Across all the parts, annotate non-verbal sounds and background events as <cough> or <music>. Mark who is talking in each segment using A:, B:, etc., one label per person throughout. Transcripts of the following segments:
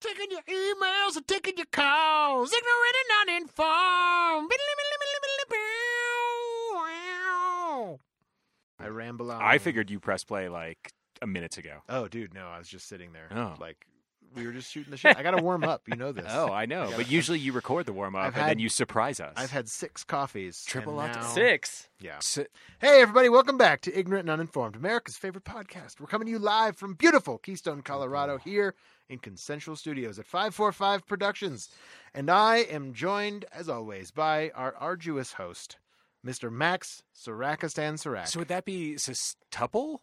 A: taking your emails and taking your calls. Ignorant and uninformed. I ramble on.
B: I figured you press play like a minute ago.
A: Oh, dude, no, I was just sitting there.
B: Oh.
A: Like, we were just shooting the shit. I got to warm up.
B: <laughs>
A: You know this.
B: Oh, I know.
A: gotta-
B: But usually you record the warm up
A: I've
B: and then
A: had-
B: you surprise us.
A: I've had six coffees.
B: Triple
A: and
B: latte.
A: now-
C: Six.
A: Yeah.
B: S-
A: Hey, everybody, welcome back to Ignorant and Uninformed, America's favorite podcast. We're coming to you live from beautiful Keystone, Colorado, here in Consensual Studios at 545 Productions. And I am joined, as always, by our arduous host, Mr. Max Sarakistan Sarak.
B: so would that be sextuple?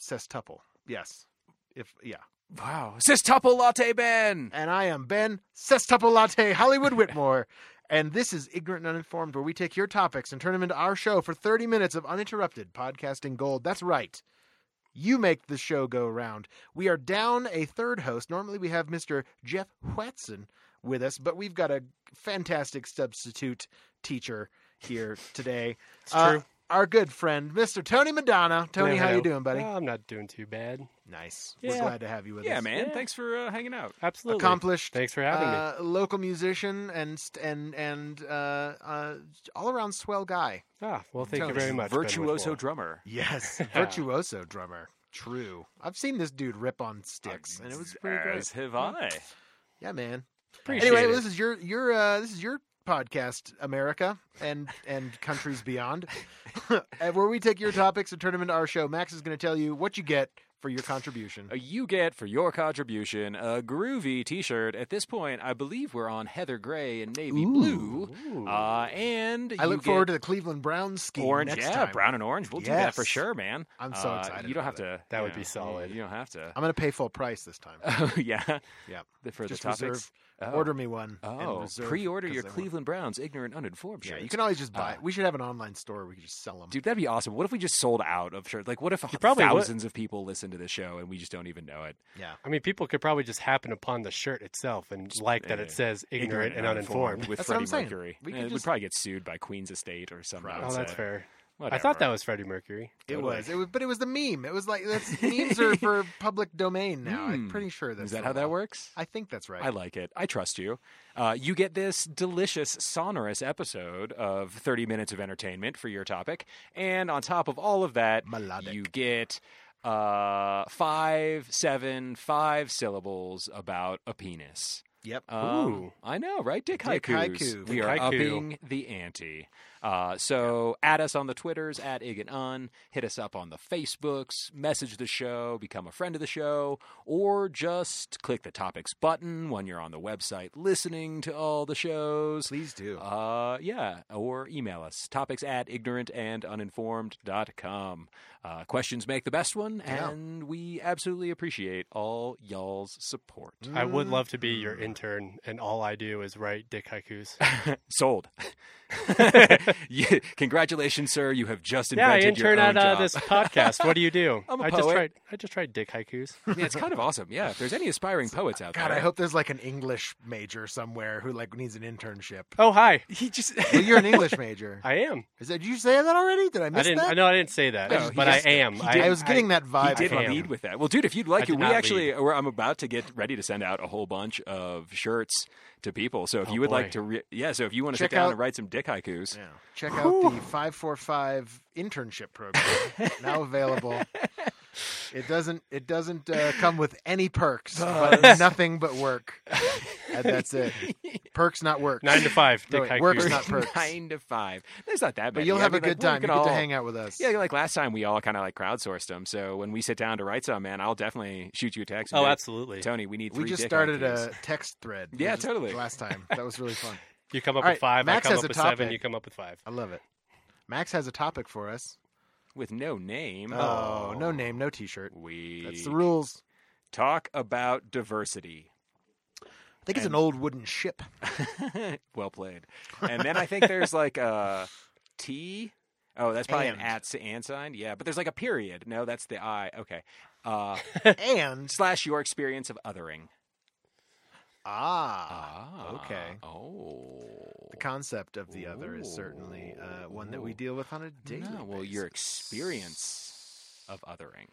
A: Sextuple. Yes. If Yeah.
B: Wow. Sextuple latte Ben.
A: And I am Ben Sextuple Latte Hollywood Whitmore. And this is Ignorant and Uninformed, where we take your topics and turn them into our show for 30 minutes of uninterrupted podcasting gold. That's right. You make the show go round. We are down a third host. Normally we have Mr. Jeff Wetson with us, but we've got a fantastic substitute teacher here today.
C: It's
A: Uh,
C: true.
A: Our good friend, Mr. Tony Madonna. Tony,
C: Hello,
A: how you
C: hello.
A: doing, buddy?
C: Oh, I'm not doing too bad.
A: nice. We're
C: Yeah.
A: glad to have you with us.
B: Yeah, man.
C: Yeah.
B: Thanks for uh, hanging out.
C: Absolutely.
A: Accomplished
C: Thanks for having me.
A: uh, Local musician and st- and and uh, uh, all around swell guy.
C: Ah, well, thank you
A: Tony.
C: very much. Ben
B: Virtuoso
C: Whitmore.
B: drummer.
A: Yes, <laughs> virtuoso drummer. True. I've seen this dude rip on sticks, and it was pretty
B: As
A: great.
B: have I.
A: Yeah, man.
C: Appreciate
A: anyway,
C: it.
A: this is your your uh, this is your podcast, America and and countries beyond, <laughs> and where we take your topics and turn them into our show. Max is going to tell you what you get for your contribution.
B: Uh, You get for your contribution a groovy t shirt. At this point, I believe we're on Heather Gray and Navy Blue.
C: Ooh.
B: Uh, and
A: I
B: you
A: look
B: get
A: forward to the Cleveland Browns scheme
B: orange.
A: next
B: yeah,
A: time.
B: brown and orange. We'll do that for
A: Yes.
B: sure, man.
A: I'm so
B: Uh,
A: excited
B: You don't have
A: about
B: to.
C: That
B: you
C: would be
B: know,
C: solid.
B: You don't have to.
A: I'm going to pay full price
B: <laughs>
A: this time.
B: Oh yeah.
A: Yep.
B: The- For
A: Just
B: the topics.
A: reserve-
B: Oh.
A: Order me one. and
B: Oh,
A: reserve,
B: pre-order
A: 'cause
B: your
A: I want-
B: Cleveland Browns ignorant uninformed
A: Yeah,
B: shirt.
A: you can always just buy.
B: Uh,
A: it. We should have an online store. We could just sell them.
B: Dude, that'd be awesome. What if we just sold out of shirts? Like, what if
C: probably would.
B: thousands of people listen to this show and we just don't even know it?
A: yeah,
C: I mean, people could probably just happen upon the shirt itself and like that it
B: yeah.
C: says ignorant, and uninformed.
B: with
A: That's what
B: Freddie
A: I'm saying.
B: Mercury.
A: We
B: We
A: could
B: would
A: just-
B: probably get sued by Queen's Estate or something. I would
C: Oh,
B: say.
C: that's fair. I
B: Whatever.
C: thought that was Freddie Mercury.
A: it
B: Totally.
A: was. It was, but it was the meme. It was like
B: <laughs>
A: that's memes are for public domain now. I'm
B: Hmm.
A: pretty sure that's
B: Is that
A: the
B: how that
A: law.
B: works?
A: I think that's right.
B: I like it. I trust you. Uh, you get this delicious, sonorous episode of 30 minutes of entertainment for your topic. And on top of all of that,
A: Melodic.
B: you get uh, five, seven, five syllables about a penis.
A: yep.
B: Um,
C: Ooh.
B: I know, right? Dick,
A: Dick
B: haikus.
A: haiku.
B: We
C: Dick
B: are
C: haiku.
B: upping the ante. Uh, so at us on the Twitters at Ig and Un. Hit us up on the Facebooks. Message the show. Become a friend of the show, or just click the topics button when you're on the website listening to all the shows.
A: Please do.
B: Uh, yeah, or email us topics at ignorant and uninformed.com. Uh, questions make the best one,
A: Yeah.
B: and we absolutely appreciate all y'all's support.
C: I would love to be your intern, and all I do is write dick haikus.
B: Sold. <laughs> You- Congratulations, sir. You have just
C: <laughs> yeah, I
B: invented
C: intern
B: your
C: at
B: own
C: uh,
B: job.
C: this podcast. What do you do?
B: I'm a
C: I just
B: poet.
C: write. I just write dick haikus.
B: <laughs> Yeah, it's kind of awesome. Yeah, if there's any aspiring poets out
A: God,
B: there,
A: I hope there's like an English major somewhere who like needs
B: <laughs>
A: an internship.
C: Oh hi,
B: he just.
A: Well, you're an English major.
C: I am.
A: Is that? Did you say that already? Did I miss
C: I didn't.
A: that?
C: I know I didn't say that,
B: No, he
C: but I
B: just-
C: am.
B: he
C: I,
B: did-
A: I was getting that vibe.
B: I did
A: from
C: am.
B: lead with that. Well, dude, if you'd like,
C: I did
B: it, we
C: not
B: actually, we're, I'm about to get ready to send out a whole bunch of shirts to people. So if
C: Oh,
B: you would
C: boy.
B: like to, re- yeah, so if you want to
A: Check
B: sit down
A: out-
B: and write some dick haikus, <laughs>
A: Yeah. Check out the 545 internship program
B: <laughs>
A: now available. It doesn't it doesn't uh, come with any
B: <laughs>
A: perks, but nothing but work. And that's it. Perks not works.
C: nine to five.
A: No,
C: Dick
A: wait,
C: haikus.
A: works not perks.
B: nine to five, there's not that bad.
A: but you'll have a good time. You get to hang out with us.
B: Yeah, like last time, we all kind of like crowdsourced them. So when we sit down to write some, man, I'll definitely shoot you a text. and
C: Oh,
B: be like,
C: absolutely.
B: Tony, we need.
A: we
B: three
A: just
B: dick
A: started
B: haikus."
A: a text thread. We
B: Yeah,
A: just-
B: totally.
A: Last time. That was really fun.
C: You come up
A: All
C: with
A: right,
C: five.
A: Max
C: I come
A: has
C: up
A: a
C: with
A: topic.
C: seven. You come up with five.
A: I love it. Max has a topic for us.
B: with no name.
A: Oh, no name, no t-shirt.
B: We
A: That's the rules.
B: talk about diversity. <laughs>
A: I think it's an old wooden ship.
B: well played. And then I think there's like a T. Oh, that's probably
A: And.
B: an at s- and sign. Yeah, but there's like a period. No, that's the I. Okay. Uh,
A: And
B: slash your experience of othering.
A: ah,
B: Ah.
A: okay.
B: Oh.
A: The concept of the other is certainly uh, one that we
B: Ooh.
A: deal with on a daily.
B: No, well, your
A: basis.
B: experience of othering.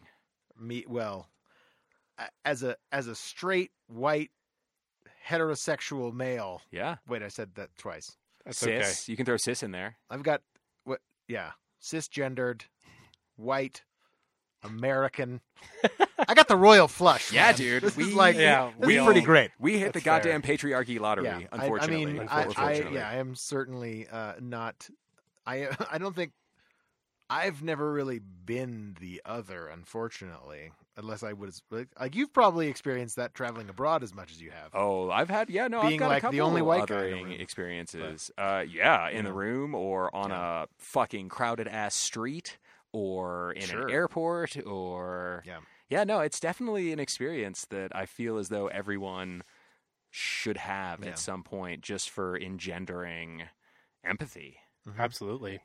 A: Me well, a- as a as a straight white heterosexual male.
B: Yeah.
A: Wait, I said that twice.
C: That's okay.
B: cis. You can throw cis in
A: <laughs>
B: there.
A: I've got what? Yeah, cisgendered, white,
B: <laughs>
A: American. I got the royal flush.
B: Yeah,
A: man.
B: dude,
A: This
B: we-
A: is like
C: yeah,
A: this
B: we
A: is pretty
B: all-
A: great.
B: We hit the
C: That's fair.
B: goddamn patriarchy lottery,
A: Yeah, I-
B: unfortunately.
A: I, mean, I, I,
B: unfortunately.
A: yeah, I am certainly uh, not. I <laughs> I don't think I've never really been the other, unfortunately. Unless I was like, like you've probably experienced that traveling abroad as much as you have.
B: Oh, I've had yeah, no, I've
A: Being
B: got a
A: like the
B: couple
A: only white guy in the
B: othering
A: room.
B: experiences. Uh, yeah, in the room or on
A: Yeah.
B: a fucking crowded ass street or in
A: Sure.
B: an airport or
A: Yeah.
B: yeah, no, it's definitely an experience that I feel as though everyone should have
A: Yeah.
B: at some point, just for engendering empathy.
A: Mm-hmm.
C: Absolutely.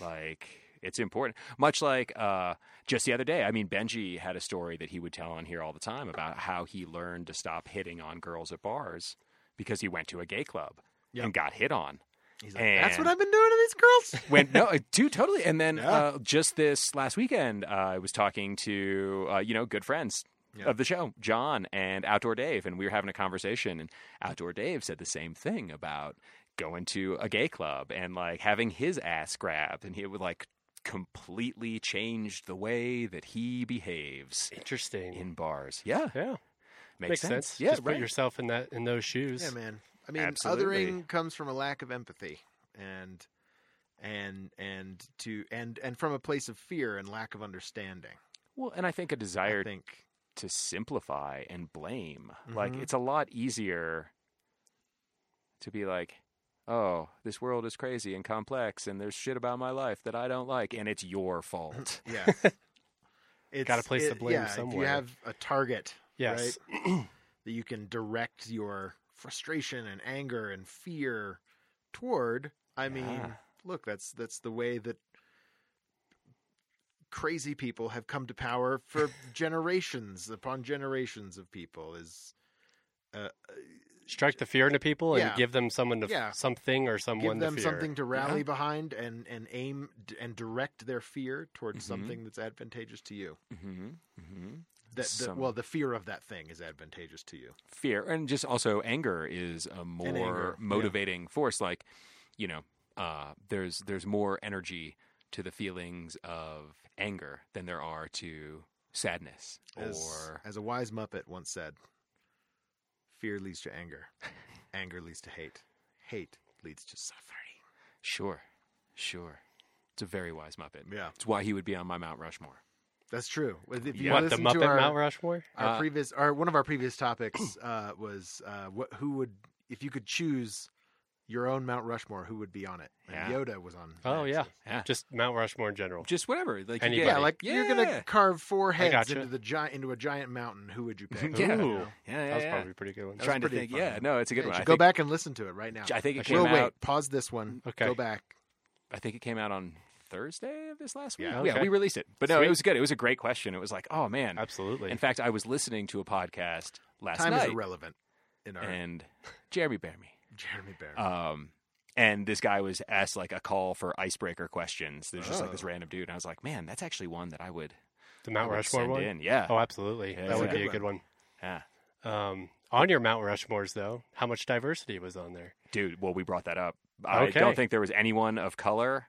B: Like it's important. Much like uh, just the other day, I mean, Benji had a story that he would tell on here all the time about how he learned to stop hitting on girls at bars because he went to a gay club
A: Yeah.
B: and got hit on.
A: He's like, That's what
B: And-
A: I've been doing to these girls.
C: <laughs>
B: When no, dude, totally. And then
A: Yeah.
B: uh, just this last weekend, uh, I was talking to uh, you know good friends
A: Yeah.
B: of the show, John and Outdoor Dave, and we were having a conversation. And Outdoor Dave said the same thing about going to a gay club and like having his ass grabbed, and he would like completely changed the way that he behaves
C: Interesting.
B: in bars. Yeah,
C: yeah.
B: makes,
C: sense.
B: Yeah,
C: Just
B: right.
C: put yourself in that in those shoes.
A: Yeah, man. I mean,
B: Absolutely.
A: othering comes from a lack of empathy and and and to and and from a place of fear and lack of understanding.
B: well, and I think a desire
A: I
C: <laughs>
A: think.
B: to simplify and blame. Like
A: Mhm.
B: it's a lot easier to be like, "Oh, this world is crazy and complex and there's shit about my life that I don't like and it's your fault."
A: <clears throat> Yeah. It's,
C: Gotta place the blame
A: yeah, If you
C: somewhere.
A: have a target
C: Yes.
A: that you can direct your frustration and anger and fear toward. I mean,
B: Yeah.
A: look, that's that's the way that crazy people have come to power
B: <laughs>
A: for generations upon generations of people is uh,
C: Strike the fear into people and
A: Yeah.
C: give them someone to
A: Yeah.
C: something or
A: give
C: someone
A: them
C: to fear.
A: something to rally behind and and aim d- and direct their fear towards
B: Mhm.
A: something that's advantageous to you.
B: Mhm. Mhm.
A: That the,
B: Some-
A: well, the fear of that thing is advantageous to you.
B: Fear and just also anger is a
A: anger,
B: more
A: yeah.
B: motivating force like, you know, uh, there's there's more energy to the feelings of anger than there are to sadness
A: As,
B: or
A: as a wise Muppet once said, fear leads to anger, anger leads to hate, hate leads to suffering.
B: Sure, sure. It's a very wise Muppet.
A: Yeah,
B: It's why he would be on my Mount Rushmore.
A: that's true. If you
B: Yeah.
C: What the
A: listen
C: Muppet
A: to our,
C: Mount Rushmore?
A: our
B: Uh,
A: previous, our one of our previous topics uh, was uh, what who would if you could choose your own Mount Rushmore, who would be on it? And
B: Yeah.
A: Yoda was on.
C: Oh
A: that,
C: yeah.
A: so-
B: Yeah.
C: Just Mount Rushmore in general.
B: Just whatever. Like you
C: Anybody.
B: get-
A: Yeah, like you're gonna
B: Yeah.
A: carve four heads
C: gotcha.
A: into the giant into a giant mountain. Who would you pick?
B: <laughs> Yeah.
A: You know?
C: Ooh.
B: Yeah,
C: That was
B: yeah, yeah.
C: probably a pretty good one.
A: That was
B: Trying to
A: pretty
B: think.
A: fun.
B: Yeah, no, it's a
A: Yeah,
B: good
A: you
B: one. I
A: should go
B: think,
A: back and listen to it right now.
B: I think it
C: We'll
B: came
A: We'll
B: out.
A: wait. Pause this one.
C: Okay.
A: Go back.
B: I think it came out on Thursday of this last week.
A: Yeah.
C: Okay.
B: we released it. But no,
C: Sweet.
B: it was good. It was a great question. It was like, oh man.
C: Absolutely.
B: In fact, I was listening to a podcast last
A: Time is
B: night,
A: irrelevant in our
B: and Jeremy Bearme.
A: <laughs> Jeremy Bear.
B: Um, and this guy was asked like a call for icebreaker questions. There's just like this
A: Oh.
B: random dude, and I was like, man, that's actually one that I would,
C: the
B: I
C: Mount
B: would
C: Rushmore
B: send
C: one.
B: in.
A: uh,
B: Yeah.
C: Oh, absolutely.
B: Yeah,
C: that
B: it's
C: would
B: a
C: be a
A: good
C: good one.
B: yeah.
C: Um, on your Mount Rushmores though, how much diversity was on there?
B: dude. Well, we brought that up. I
C: Okay.
B: don't think there was anyone of color.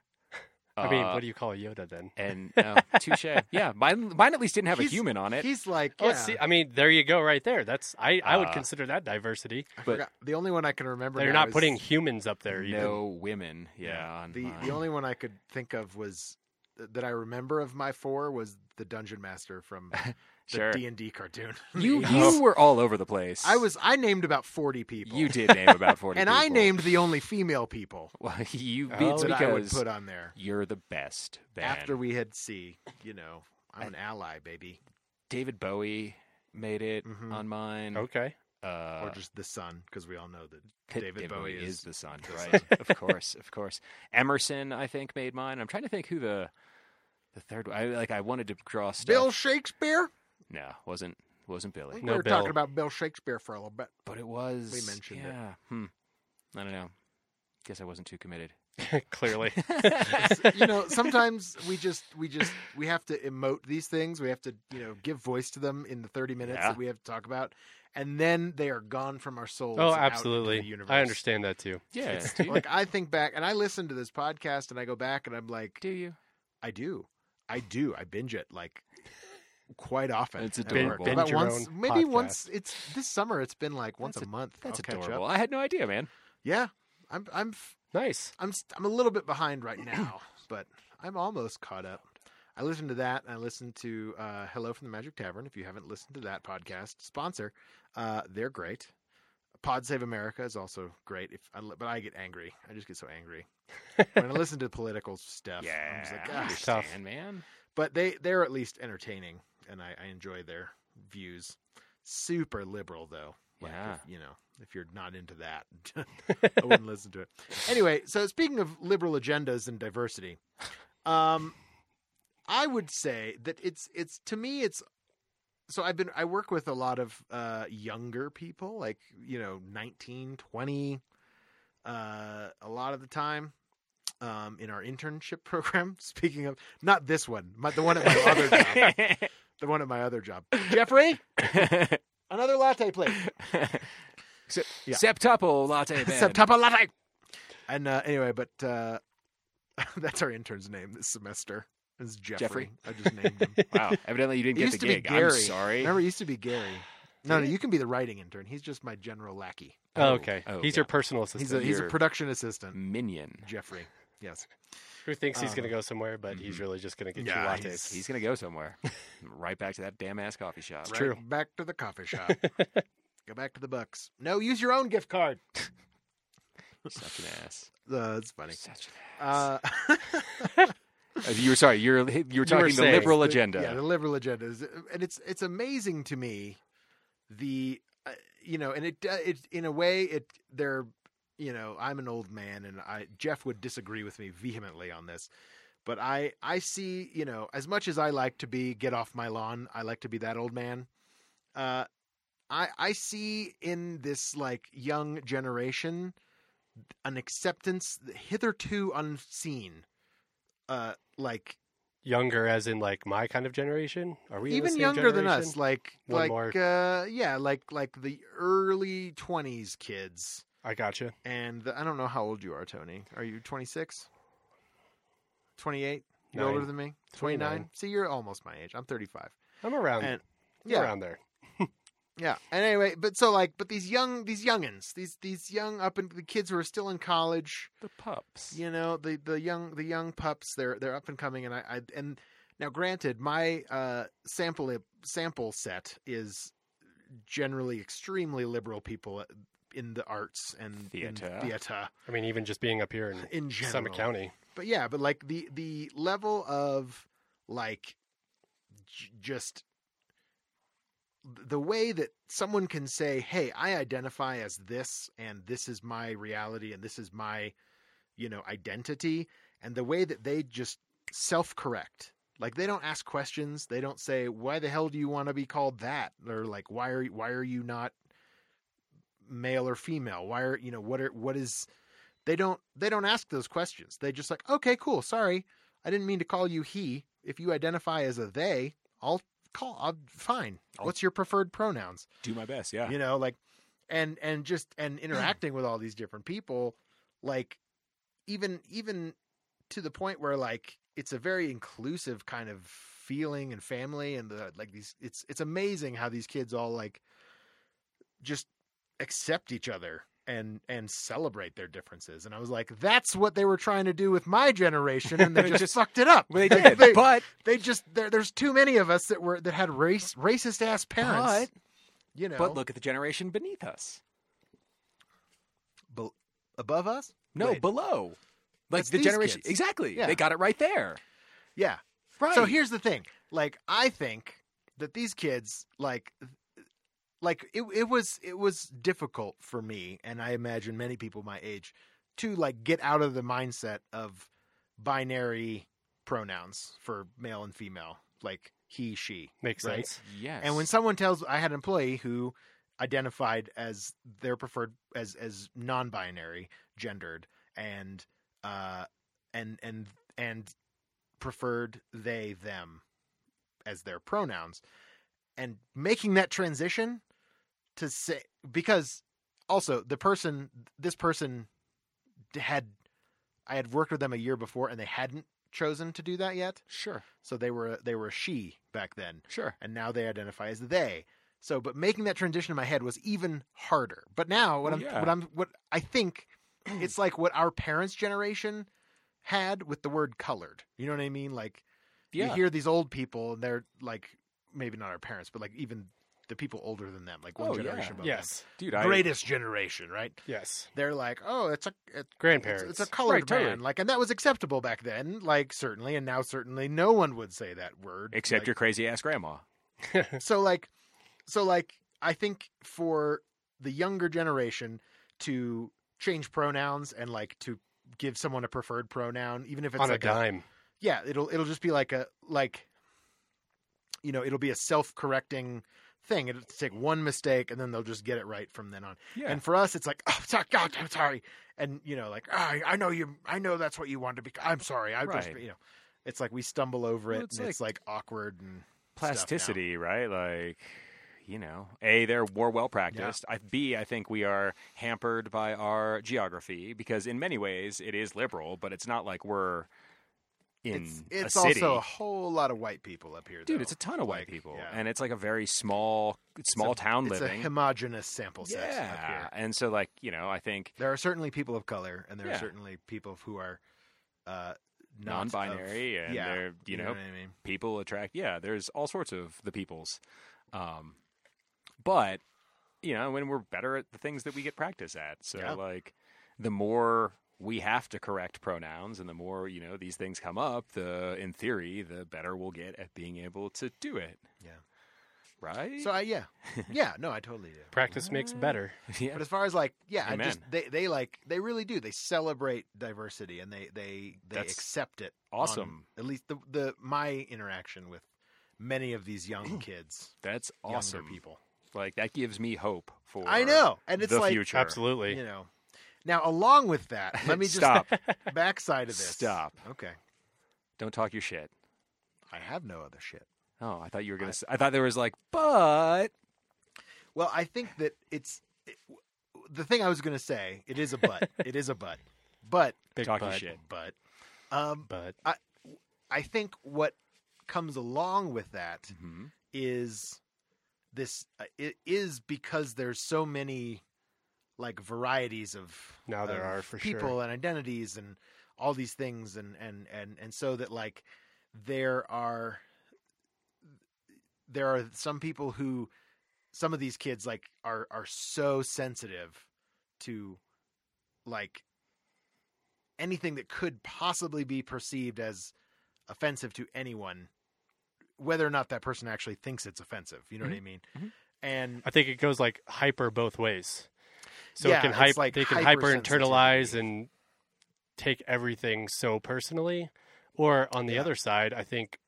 C: I mean,
B: Uh,
C: what do you call Yoda then?
B: and no, touche. Yeah, mine, mine at least didn't have a
A: He's-
B: human on it.
A: He's like,
C: Oh,
A: yeah.
C: see, I mean, there you go, right there. That's I. I would
B: Uh,
C: consider that diversity.
A: I
B: but-
A: forgot- the only one I can remember.
C: They're
A: now
C: not
A: is-
C: putting humans up there. Even.
B: No women. Yeah, on
A: the
B: mine.
A: the only one I could think of was that I remember of my four was the dungeon
B: <laughs>
A: master from the
B: Sure.
A: D and D cartoon. <laughs>
B: you
C: Oh.
B: you were all over the place.
A: I was. I named about forty people.
B: You did name
A: <laughs>
B: about forty,
A: and I
B: people.
A: named the only female people
B: <laughs> Well, you.
C: Oh,
B: It's
A: that I would
B: because
A: put on there.
B: you're the best. Ben.
A: After we had C, you know, I'm an ally, baby,
B: David Bowie made it
A: Mhm.
B: on mine.
C: Okay. <laughs>
B: Uh,
A: or just the son, because we all know that
B: Pitt-
A: David Bowie is
B: the son,
A: the
B: right? <laughs> of course, of course. Emerson, I think, made mine. I'm trying to think who the the third. I like. I wanted to draw stuff.
A: Bill Shakespeare.
B: No, wasn't wasn't Billy,
A: We
C: No,
A: were
C: Bill.
A: talking about Bill Shakespeare for a little bit.
B: but it was.
A: We mentioned it. <laughs>
B: yeah. Hmm. I don't know. Guess I wasn't too committed. <laughs>
C: Clearly. <laughs>
A: you know sometimes we just we just we have to emote these things we have to you know give voice to them in the 30 minutes
B: Yeah.
A: that we have to talk about and then they are gone from our souls
C: oh,
A: and out into the
C: absolutely.
A: universe.
C: I understand that too.
B: Yeah.
A: like i think back and i listen to this podcast and i go back and i'm like
B: do you?
A: i do i do i binge it like quite often
B: It's
A: at
B: adorable.
A: work.
B: Binge
A: About
C: your
A: once
C: own
A: maybe
C: podcast.
A: once it's this summer it's been like once
B: That's
A: a, month
B: That's
A: I'll catch up.
B: adorable. I had no idea, man.
A: yeah i'm i'm f-
C: Nice.
A: I'm st- I'm a little bit behind right now, but I'm almost caught up. I listened to that, and I listened to uh, "Hello from the Magic Tavern." If you haven't listened to that podcast, sponsor, uh, they're great. Pod Save America is also great. If I, li- but I get angry, I just get so angry when I listen to political stuff. I'm just like,
B: I
A: "Ah."
C: Tough.
B: understand, man.
A: but they they're at least entertaining, and I, I enjoy their views. Super liberal though. Like,
B: Yeah.
A: if- you know, if you're not into that, <laughs> I wouldn't listen to it. Anyway, so speaking of liberal agendas and diversity, um, I would say that it's it's to me it's so I've been I work with a lot of uh, younger people, like you know, 19, 20, uh, a lot of the time. Um, in our internship <laughs> program, speaking of not this one, my, the one at my other
B: <laughs>
A: job, the one at my other job. Jeffrey,
B: <laughs>
A: another latte, please.
B: Se-
A: Yeah.
B: Septuple latte.
A: <laughs>
B: man.
A: Septuple latte. And uh, anyway, but uh, <laughs> that's our intern's name this semester. Is Jeffrey.
B: Jeffrey.
A: I just named him.
B: Wow. Evidently, you didn't
A: It
B: get
A: used
B: the
A: to be
B: gig.
A: Gary.
B: I'm sorry.
A: Remember, it used to be Gary. No, no, you can be the writing intern. He's just my general lackey.
C: Oh, okay.
B: oh,
C: he's
B: yeah.
C: your personal assistant.
A: He's a he's a
B: Your-
A: production assistant.
B: Mm. Minion.
A: Jeffrey. Yes.
C: who thinks he's going
A: um,
C: to go somewhere, but he's really just going to get
A: Yeah,
C: you lattes.
B: He's gonna go <laughs> somewhere. right back to that damn ass coffee shop.
A: Right
C: true.
A: Back to the coffee shop. Go back to the Bucks. No, use your own gift card.
B: Such an ass.
A: Uh, that's funny.
B: Such an ass.
A: Uh, <laughs>
B: Uh, you were sorry. You're you were
C: were
B: talking the
C: saying-
B: liberal
A: the-
B: agenda.
A: Yeah, the liberal agenda is, and it's it's amazing to me the uh, you know, and it uh, it in a way it they're you know I'm an old man, and I Jeff would disagree with me vehemently on this. But I, I see, you know, as much as I like to be get off my lawn, I like to be that old man. Uh, I, I see in this like young generation an acceptance hitherto unseen. Uh, like
C: Younger, as in like my kind of generation. Are we in the
A: even
C: same
A: younger than us
C: generation?
A: like
C: One
A: like
C: more.
A: uh yeah like like the early 20s kids
C: I gotcha.
A: and the, i don't know how old you are tony are you 26 28 you're
C: Nine.
A: older than me 29
C: 29.
A: see you're almost my age i'm 35
C: I'm around.
A: And-
C: I'm
A: yeah
C: around there.
A: yeah and anyway but so like but these young these youngins these these young up and the kids who are still in college
B: The pups.
A: you know the the young the young pups they're they're up and coming and i, I and now granted my uh sample sample set is generally extremely liberal people uh, in the arts and in
B: Theater.
A: theater
C: I mean, even just being up here in
A: in general
C: Summit County.
A: but yeah but like the the level of like j- just the way that someone can say hey i identify as this and this is my reality and this is my you know identity and the way that they just self correct like they don't ask questions they don't say why the hell do you want to be called that or like why are why are you not male or female why are you know what are what is they don't they don't ask those questions they just like okay cool sorry i didn't mean to call you he if you identify as a they i'll call i'll fine what's your preferred pronouns
B: Do my best. Yeah.
A: you know like and and just and interacting with all these different people like even even to the point where like it's a very inclusive kind of feeling and family and the like these it's it's amazing how these kids all like just accept each other and and celebrate their differences and i was like that's what they were trying to do with my generation and
B: <laughs>
A: they
B: They
A: just,
B: just-
A: fucked it up <laughs>
B: Well, they did, but
A: they just there, there's too many of us that were that had race racist ass parents
B: but
A: you know
B: but look at the generation beneath us.
A: Bel above us?
B: No,
A: Wait.
B: below. Like
A: That's
B: the
A: these
B: generation.
A: kids.
B: Exactly.
A: Yeah.
B: They got it right there.
A: Yeah.
B: Right.
A: So here's the thing. Like I think that these kids like like it it was it was difficult for me and I imagine many people my age to like get out of the mindset of binary pronouns for male and female, like he, she.
C: Makes
A: Right.
C: sense.
B: Yes.
A: And when someone tells I had an employee who identified as their preferred as as non-binary, gendered and uh, and and and preferred they them as their pronouns, and making that transition to say because also the person this person had I had worked with them a year before and they hadn't chosen to do that yet,
B: Sure,
A: so they were they were a she back then
B: sure.
A: and now they identify as they. So, but making that transition in my head was even harder. But now, what
B: Well,
A: I'm,
B: Oh, yeah.
A: what I'm, what
B: <clears throat>
A: I think, it's like what our parents' generation had with the word colored. You know what I mean? Like you
B: Yeah,
A: hear these old people, and they're like, maybe not our parents, but like even the people older than them, like one
B: Oh, yeah.
A: generation above
C: Yes.
B: dude.
A: them.
B: I,
A: Greatest generation, right?
C: Yes.
A: They're like, oh, it's a it, it's,
C: Grandparents.
A: it's a colored
B: Right, totally.
A: man, like, and that was acceptable back then, like certainly, and now certainly, no one would say that word
B: Except
A: like,
B: your crazy ass grandma.
A: so like so like i think for the younger generation to change pronouns and like to give someone a preferred pronoun even if it's
C: on
A: like
C: a dime.
A: yeah it'll it'll just be like a like you know it'll be a self-correcting thing it'll take one mistake and then they'll just get it right from then on
B: Yeah,
A: and for us it's like oh sorry, god i'm sorry and you know like "Ah, i know you i know that's what you want to be i'm sorry i just
B: Right.
A: you know it's like we stumble over
B: Well,
A: it
B: it's
A: and it's like awkward and stuff now.
B: plasticity, right? Like, you know, a they're more well practiced. I B I think we are hampered by our geography because in many ways it is liberal, but it's not like we're in
A: it's, it's
B: a city.
A: also a whole lot of white people up here
B: Dude,
A: though.
B: it's a ton of white
A: Like,
B: people,
A: yeah.
B: and it's like a very small, small
A: a-
B: town
A: it's
B: living.
A: a homogenous sample set up
B: yeah,
A: here
B: and so like you know, I think
A: there are certainly people of color and there
B: Yeah.
A: are certainly people who are uh not of-
B: non-binary, and
A: yeah,
B: they're you know,
A: what i mean
B: people attract. Yeah, there's all sorts of the peoples, um, but you know, when we're better at the things that we get practice at, so
A: Yeah.
B: like the more we have to correct pronouns, and the more you know these things come up, the in theory, the better we'll get at being able to do it.
A: Yeah.
B: right.
A: so i yeah yeah no i totally do
C: Practice makes
A: Mm,
C: better.
B: <laughs> yeah,
A: but as far as like yeah I just
B: Amen.
A: they they like they really do they celebrate diversity and they they they
B: That's
A: accept it on-
B: awesome.
A: at least the the my interaction with many of
B: <clears throat>
A: these young kids
B: That's
A: younger
B: awesome.
A: people
B: Like that gives me hope for.
A: i know and it's
B: the
A: like
B: future. <laughs>
C: Absolutely.
A: you know. Now, along with that, let me just <laughs>
B: stop.
A: backside of this.
B: Stop.
A: Okay,
B: Don't talk your shit.
A: I have no other shit.
B: Oh, I thought you were gonna.
A: I-
B: s I I thought there was like, but
A: Well, I think that it's it, the thing I was going to say. It is
B: <laughs>
A: a butt. it is a butt. But
C: Big
B: talk your
C: butt.
B: shit.
A: but um,
C: But
A: I think what comes along with that
B: Mhm.
A: is this. Uh, it is because there's so many like varieties of
C: Now there
A: of
C: are, for
A: people
C: sure.
A: and identities and all these things and and and and so that like there are there are some people who some of these kids like are are so sensitive to like anything that could possibly be perceived as offensive to anyone whether or not that person actually thinks it's offensive you know what i
C: Mm-hmm.
A: mean
B: Mhm.
A: and
C: I think it goes like hyper both ways. So
A: Yeah,
C: it can
A: it's
C: hype,
A: like
C: they can hyper internalize
A: hypersensitivity.
C: and take everything so personally. Or on the
A: Yeah.
C: other side, I think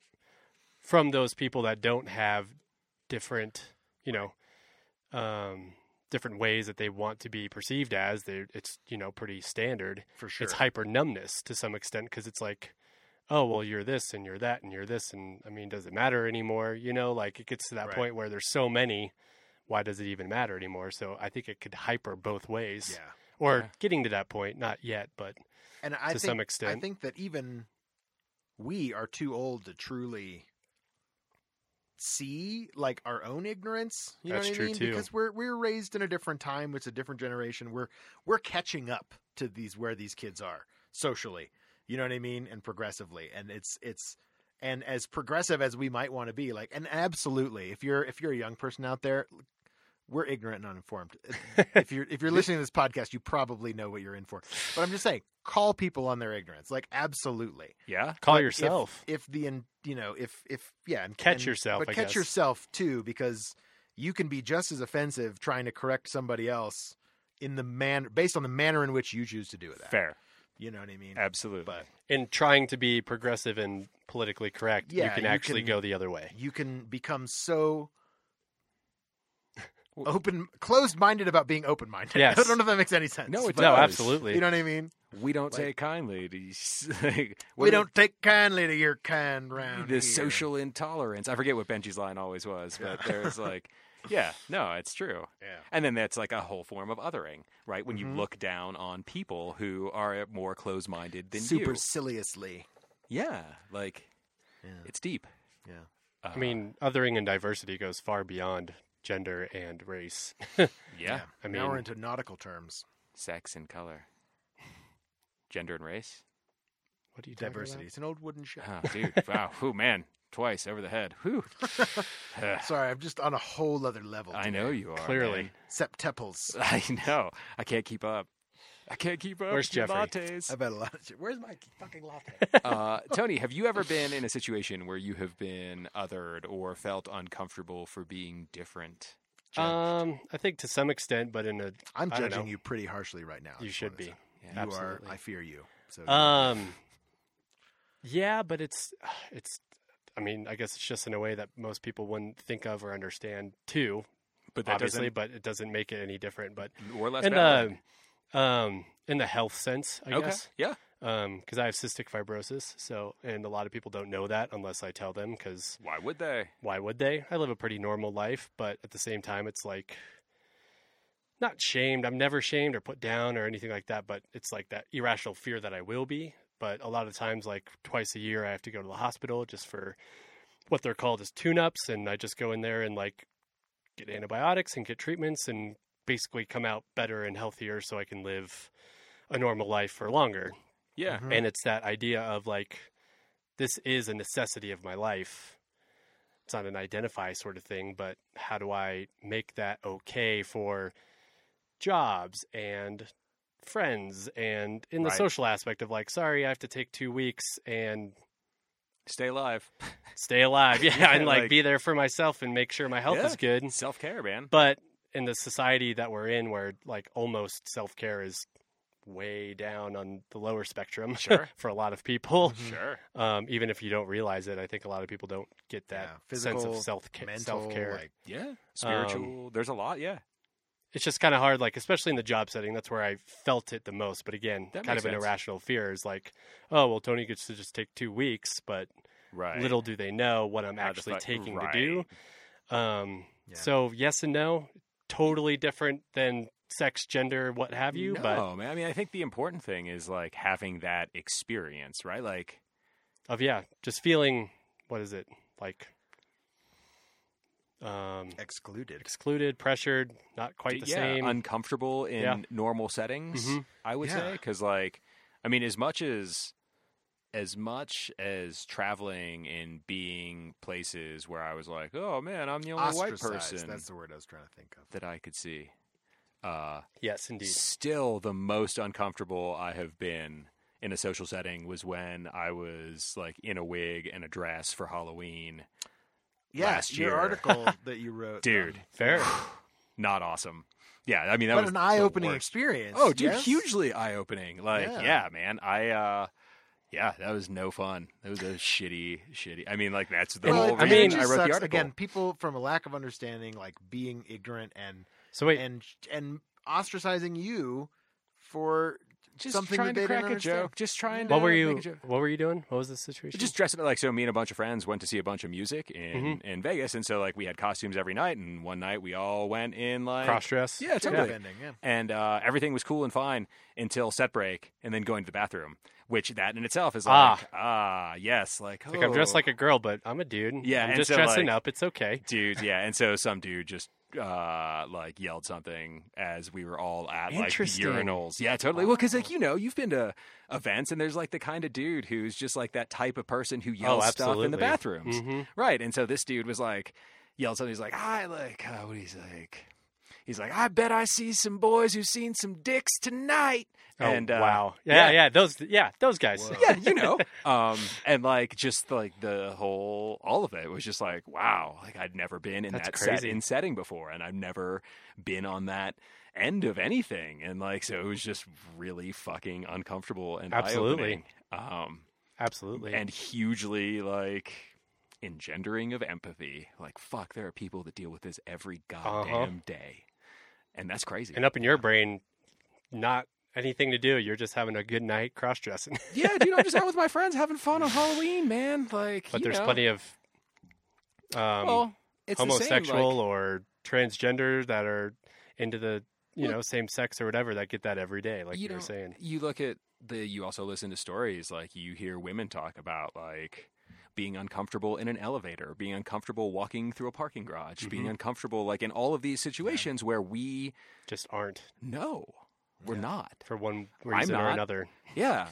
C: from those people that don't have different, you know, um, different ways that they want to be perceived as, they it's you know pretty standard.
A: for sure
C: It's hyper numbness to some extent because it's like, oh well, you're this and you're that and you're this and I mean, does it matter anymore? You know, like it gets to that
A: Right.
C: point where there's so many, why does it even matter anymore? So I think it could hyper both ways,
A: yeah
C: or
B: Yeah.
C: getting to that point, not yet, but
A: and i
C: to
A: think
C: some extent.
A: I think that even we are too old to truly see like our own ignorance. You
C: That's
A: know what
C: true,
A: I mean?
C: too.
A: Because we're we're raised in a different time. It's a different generation. We're we're catching up to these where these kids are socially. You know what I mean? And progressively. And it's it's and as progressive as we might want to be, like and absolutely, if you're if you're a young person out there, we're ignorant and uninformed.
C: <laughs>
A: if you're if you're listening to this podcast, you probably know what you're in for. But I'm just saying, call people on their ignorance. Like absolutely.
B: yeah,
C: call
A: But if-
C: yourself.
A: If, the in you know, if if yeah, and
C: Catch
A: and-
C: yourself,
A: But
C: I
A: catch
C: guess.
A: yourself too, because you can be just as offensive trying to correct somebody else in the man based on the manner in which you choose to do it.
B: fair,
A: You know what I mean?
B: absolutely.
A: But
C: in trying to be progressive and politically correct,
A: Yeah,
C: you can
A: you
C: actually
A: can-
C: go the other way.
A: you can become
C: <laughs>
A: so open closed minded about being open minded. <laughs>
C: Yes.
A: I don't know if that makes any sense.
B: No, it does.
A: but,
C: no,
B: Because-
C: absolutely.
A: You know what I mean?
B: We don't
A: Like-
B: take kindly <laughs> to s- like,
A: We
B: what-
A: don't take kindly to your kind round
B: the
A: here.
B: social intolerance. I forget what Benji's line always was, but there's <laughs> like, yeah, no, it's true.
A: Yeah.
B: And then that's like a whole form of othering, right? When
A: Mhm.
B: you look down on people who are more closed-minded than you.
A: superciliously.
B: Yeah, like
A: Yeah.
B: it's deep.
A: Yeah.
B: Uh,
C: I mean, othering and diversity goes far beyond gender and race. <laughs>
B: Uh, yeah,
C: I
A: now we're
C: mean,
A: into nautical terms.
B: sex and color, gender and race.
C: what do you talking about?
A: Diversity. It's an old wooden ship.
B: Oh, dude, wow, whoo, man, twice over the head. Whoo. Uh,
A: Sorry, I'm just on a whole other level.
B: I Uh, know you are.
C: Clearly.
B: man.
A: Septeples.
B: <laughs> I know. I can't keep up. I can't keep up.
C: Where's
B: with your
C: Jeffrey?
B: lattes.
A: I've had a lot of shit. Where's my fucking
B: <laughs>
A: latte?
B: uh, Tony, have you ever been in a situation where you have been othered or felt uncomfortable for being different?
C: Um, I think to some extent, but in a
A: I'm
C: I don't
A: judging
C: know.
A: you pretty harshly right now. I
C: you
A: just
C: should
A: wanna
C: be.
A: say.
B: Yeah,
A: You
C: absolutely.
A: are. I fear you. So
B: Uh,
C: Um, yeah, but it's it's. I mean, I guess it's just in a way that most people wouldn't think of or understand too,
B: But that
C: obviously. But it doesn't make it any different. But
B: doesn't or less
C: in
B: valid.
C: the um in the health sense, I
B: okay.
C: guess,
B: Yeah.
C: um, because I have cystic fibrosis, so and a lot of people don't know that unless I tell them, because
B: Why would they?
C: why would they? I live a pretty normal life, but at the same time, it's like not shamed. I'm never shamed or put down or anything like that, but it's like that irrational fear that I will be. But a lot of times, like twice a year, I have to go to the hospital just for what they're called as tune ups. And I just go in there and like get antibiotics and get treatments and basically come out better and healthier so I can live a normal life for longer
B: Yeah.
A: Mhm.
C: and it's that idea of like this is a necessity of my life it's not an identify sort of thing but how do i make that okay for jobs and friends and in the
B: Right.
C: social aspect of like sorry i have to take two weeks and
B: Stay alive.
C: stay alive <laughs> yeah,
B: Yeah,
C: and like,
B: like-
C: be there for myself and make sure my health
B: Yeah.
C: is good
B: Self care,
C: <laughs>
B: man.
C: but in the society that we're in where like almost self-care is way down on the lower spectrum
B: Sure.
C: <laughs>
B: Mm-hmm.
C: for a lot of people
B: Sure.
C: um, even if you don't realize it. I think a lot of people don't get that
A: Yeah, physical,
C: sense of self
A: mental,
C: self care.
A: like,
B: Yeah.
C: um,
B: Spiritual. there's a lot. Yeah.
C: it's just kind of hard, like especially in the job setting. That's where I felt it the most. But again,
B: That
C: kind
B: makes
C: of an
B: sense.
C: irrational fear is like, oh well, Tony gets to just take two weeks, but
B: Right.
C: little do they know what I'm
B: How the
C: actually
B: fuck-
C: taking
B: right.
C: to do. Um,
A: Yeah.
C: So yes and no, totally different than sex, gender, what have you.
B: no,
C: But
B: Oh, man. I mean, I think the important thing is like having that experience, right? Like,
C: of yeah, just feeling what is it like? Um,
A: excluded.
C: excluded, pressured, not quite the
B: yeah,
C: same.
B: uncomfortable in
C: Yeah.
B: normal settings.
C: Mhm.
B: I would
A: Yeah.
B: say because, like, I mean, as much as as much as traveling and being places where I was like, oh man, I'm the only white
A: Ostracized,
B: person
A: That's the word I was trying to think of.
B: that I could see. Uh,
C: yes, indeed.
B: still, the most uncomfortable I have been in a social setting was when I was like in a wig and a dress for Halloween.
A: Yeah,
B: Last year.
A: your
B: <laughs>
A: article that you wrote,
B: Dude,
A: um,
B: <sighs>
C: Fair.
B: not awesome. Yeah, I mean that
A: but
B: was
A: an
B: the
A: eye-opening
B: worst.
A: experience.
B: Oh, dude,
A: yes?
B: hugely eye opening. Like,
A: Yeah.
B: yeah. man. I, uh, yeah, that was no fun. That was a shitty, shitty. I mean, like, that's the
C: And
A: Well,
B: whole
A: it- I
C: I
A: mean, it
B: reason
C: mean,
A: just
B: I wrote
A: sucks.
B: the article.
A: again. People from a lack of understanding, like being ignorant and
C: So wait,
A: and and ostracizing you for
B: just
A: something
B: trying
A: that they
B: to crack
A: didn't
B: a joke. Just trying to.
C: what were
B: uh, make
C: you?
B: a joke.
C: What were you doing? What was the situation?
B: Just dressing up like so. Me and a bunch of friends went to see a bunch of music in in Vegas, and so like we had costumes every night. And one night we all went in like
C: cross dress.
B: Yeah,
A: Sort
B: totally.
A: of ending. Yeah.
B: and uh, everything was cool and fine until set break, and then going to the bathroom, which that in itself is
C: Ah.
B: like ah, yes, like
C: Like I'm dressed
B: oh.
C: like a girl, but I'm a dude.
B: Yeah,
C: I'm
B: and
C: just
B: so,
C: dressing
B: like-
C: up. It's okay.
B: dude yeah and so some dude just uh like yelled something as we were all at like the
C: Interesting.
B: urinals yeah totally well because like you know you've been to events and there's like the kind of dude who's just like that type of person who yells stuff in the
C: absolutely.
B: bathrooms
C: hmm
B: right and so this dude was like yelled something he's like i like uh, what he's like he's like i bet i see some boys who've seen some dicks tonight and uh,
C: Oh, wow. Yeah,
B: yeah.
C: yeah, Those, yeah, those guys.
A: Whoa.
B: yeah, you know. <laughs> Um, and like just like the whole all of it was just like wow, like I'd never been in
C: That's
B: that set
C: crazy.
B: in setting before, and I've never been on that end of anything, and like so it was just really fucking uncomfortable and
C: Absolutely.
B: eye-opening. um,
C: Absolutely.
B: and hugely like engendering of empathy. Like fuck, there are people that deal with this
C: Uh-huh.
B: every goddamn day, and that's crazy.
C: and up in your brain, not anything to do. You're just having a good night cross dressing.
B: yeah, dude, I'm just out with my friends having fun on Halloween, man. Like,
C: <laughs> but
B: you
C: there's
B: know.
C: plenty of um,
B: well, it's the same,
C: homosexual
B: like-
C: or transgender that are into the you
B: Well-
C: know same sex or whatever that get that every day, like
B: You
C: you, were
B: know,
C: saying.
B: you look at the you also listen to stories like you hear women talk about like being uncomfortable in an elevator being uncomfortable walking through a parking garage being
C: Mhm.
B: uncomfortable like in all of these situations where we
C: Just aren't
B: know we're
A: Yeah.
B: not
C: for one
B: I'm
C: reason or
B: not.
C: another.
B: yeah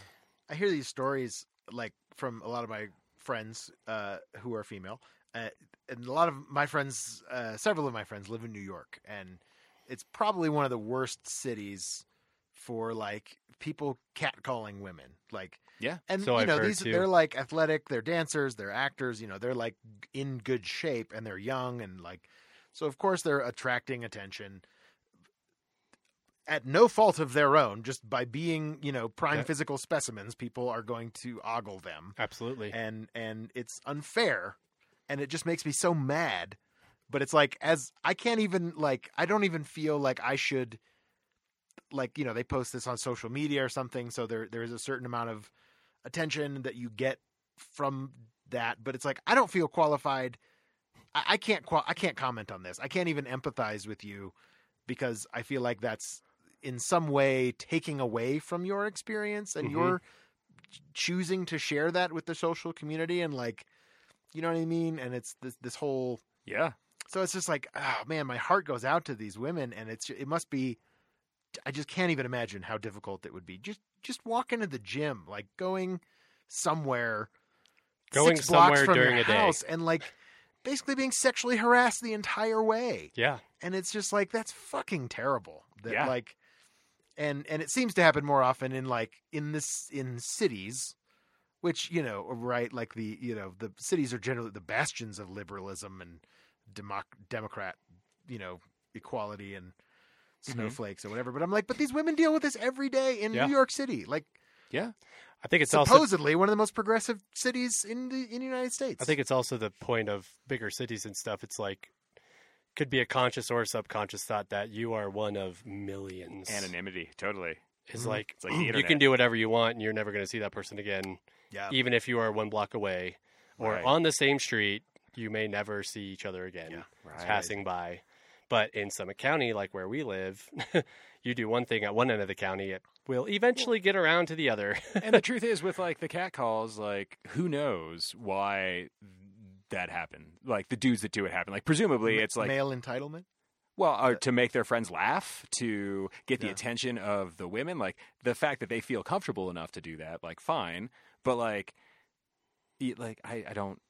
A: I hear these stories like from a lot of my friends uh, who are female, uh, and a lot of my friends, uh, several of my friends, live in New York, and it's probably one of the worst cities for like people catcalling women. Like,
B: Yeah.
A: and
C: So
A: you
C: I've
A: know
C: heard,
A: these
C: too.
A: they're like athletic, they're dancers, they're actors, you know, they're like in good shape and they're young and like, so of course they're attracting attention at no fault of their own, just by being, you know, prime
C: Yeah.
A: physical specimens, people are going to ogle them.
C: Absolutely.
A: And and it's unfair and it just makes me so mad. But it's like as I can't even like I don't even feel like I should like, you know, they post this on social media or something, so there there is a certain amount of attention that you get from that, but it's like I don't feel qualified. I, I can't qual- I can't comment on this. I can't even empathize with you because I feel like that's in some way taking away from your experience and
C: Mhm.
A: you're choosing to share that with the social community and like you know what I mean and it's this this whole
B: yeah
A: so it's just like oh man my heart goes out to these women and it's it must be I just can't even imagine how difficult it would be just just walk into the gym like going somewhere
C: Going
A: six blocks
C: somewhere
A: from
C: during
A: your
C: a day.
A: house and like basically being sexually harassed the entire way
C: yeah.
A: and it's just like that's fucking terrible that
B: Yeah.
A: like and and it seems to happen more often in like in this in cities which you know right like the you know the cities are generally the bastions of liberalism and democ- democrat you know equality and snowflakes or whatever but i'm like but these women deal with this every day in
C: Mm-hmm. Yeah.
A: new york city like
C: I think it's also
A: supposedly one of the most progressive cities in the in the united states
C: I think it's also the point of bigger cities and stuff. It's like could be a conscious or subconscious thought that you are one of millions.
B: anonymity totally
C: It's
A: Mhm.
C: like,
B: It's like
C: <clears throat>
B: the
C: you
B: internet.
C: can do whatever you want and you're never going to see that person again,
A: yeah
C: even if you are one block away or
B: Right.
C: on the same street. You may never see each other again
A: Yeah.
B: right
C: passing by. But in Summit County, like where we live, <laughs> you do one thing at one end of the county, it will eventually get around to the other.
B: and the truth is with like the cat calls like who knows why that happened like the dudes that do it happen like presumably it's like
A: male entitlement
B: Well,
C: Uh,
B: or to make their friends laugh, to get the
A: Yeah.
B: attention of the women, like the fact that they feel comfortable enough to do that, like fine, but like, y- like I, I don't,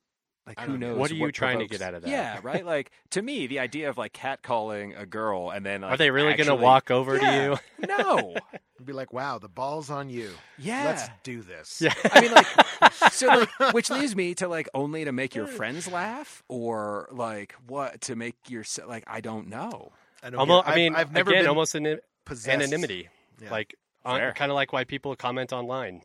B: <laughs> like
A: I
B: who
A: don't know.
B: knows?
C: What are you trying to
B: provokes-
C: get out of that?
B: Yeah, right. Like to me, the idea of like catcalling a girl and then like,
C: <laughs> Are they really going
B: actually-
C: to walk over
B: Yeah.
C: to you? <laughs>
B: No.
A: I'd be like wow the ball's on you
B: Yeah.
A: let's do this
C: Yeah.
B: I mean, like, so, like,
C: <laughs>
B: which leaves me to like only to make your friends laugh, or like what to make your like I don't know.
A: I, don't
C: Almost,
A: get-
C: I
A: I've-
C: mean,
A: I've, never
C: again,
A: been
C: almost an,
A: possessed.
C: anonymity.
A: Yeah.
C: Like,
B: Fair.
C: kind of like why people comment
B: <laughs>
C: online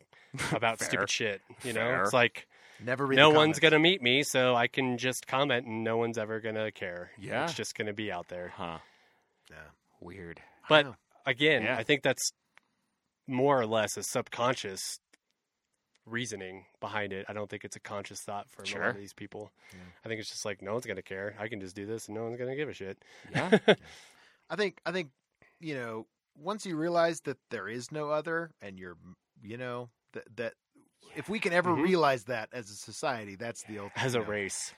C: about
B: Fair.
C: stupid shit. You know,
B: Fair.
C: it's like
A: Never read.
C: no
A: the comments.
C: one's going to meet me, so I can just comment and no one's ever going to care.
B: Yeah.
C: It's just going to be out there.
B: Huh?
A: Yeah.
C: <laughs>
B: Weird.
A: I
C: But
A: know.
C: again,
B: Yeah.
C: I think that's more or less a subconscious reasoning behind it. I don't think it's a conscious thought for a
B: Sure.
C: lot of these people.
A: Yeah.
C: I think it's just like no one's gonna care. I can just do this, and no one's gonna give a shit.
B: Yeah.
A: I think I think you know once you realize that there is no other, and you're you know that that if we can ever
C: Mhm.
A: realize that as a society, that's the ultimate.
C: As a
A: you know,
C: race,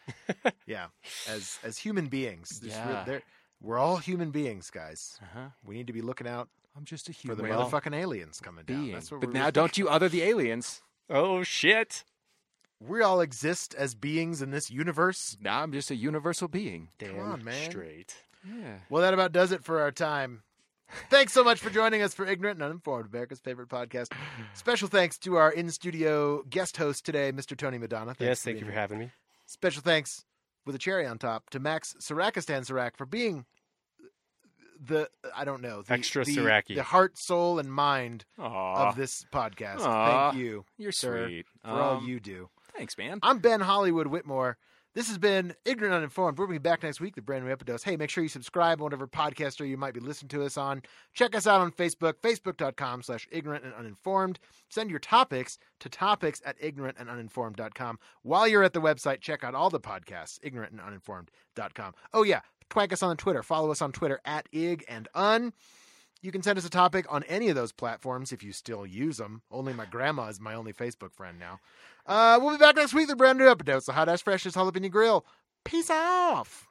A: yeah. As as human beings, There's real-
B: Yeah.
A: there- we're all human beings, guys.
B: uh-huh.
A: We need to be looking out
B: I'm just a
A: for
B: human
A: the
B: Well,
A: motherfucking aliens coming down.
B: being.
A: That's what
B: but
A: we're
B: now, don't you other <laughs> the aliens?
C: oh shit!
A: we all exist as beings in this universe.
B: Now I'm just a universal being.
A: Come on, man.
C: straight.
B: Yeah.
A: Well, that about does it for our time. Thanks so much for joining us for Ignorant and Uninformed, America's favorite podcast. Special thanks to our in studio guest host today, Mr. Tony Madonna. Thanks
C: yes, thank you
A: being
C: for
A: here.
C: having me.
A: Special thanks with a cherry on top to Max Sarakistan Sarak for being the I don't know the,
C: Extra
A: the,
C: Saraki.
A: the heart, soul, and mind
B: Aw,
A: of this podcast.
B: Aw.
A: Thank you
B: you're
A: sir,
B: sweet.
A: for all
B: Um,
A: you do.
B: Thanks, man.
A: I'm Ben Hollywood Whitmore. This has been Ignorant Uninformed. We'll be back next week, the brand new Epidose. Hey, make sure you subscribe on whatever podcaster you might be listening to us on. Check us out on Facebook, facebook.com slash ignorant and uninformed. Send your topics to topics at ignorant and uninformed.com. While you're at the website, check out all the podcasts, ignorant and uninformed.com. Oh, yeah, twank us on Twitter. Follow us on Twitter at ig and un. You can send us a topic on any of those platforms if you still use them. Only my grandma is my only Facebook friend now. Uh, we'll be back next week with a brand new episode. So hot ass fresh is all up in your grill. Peace off.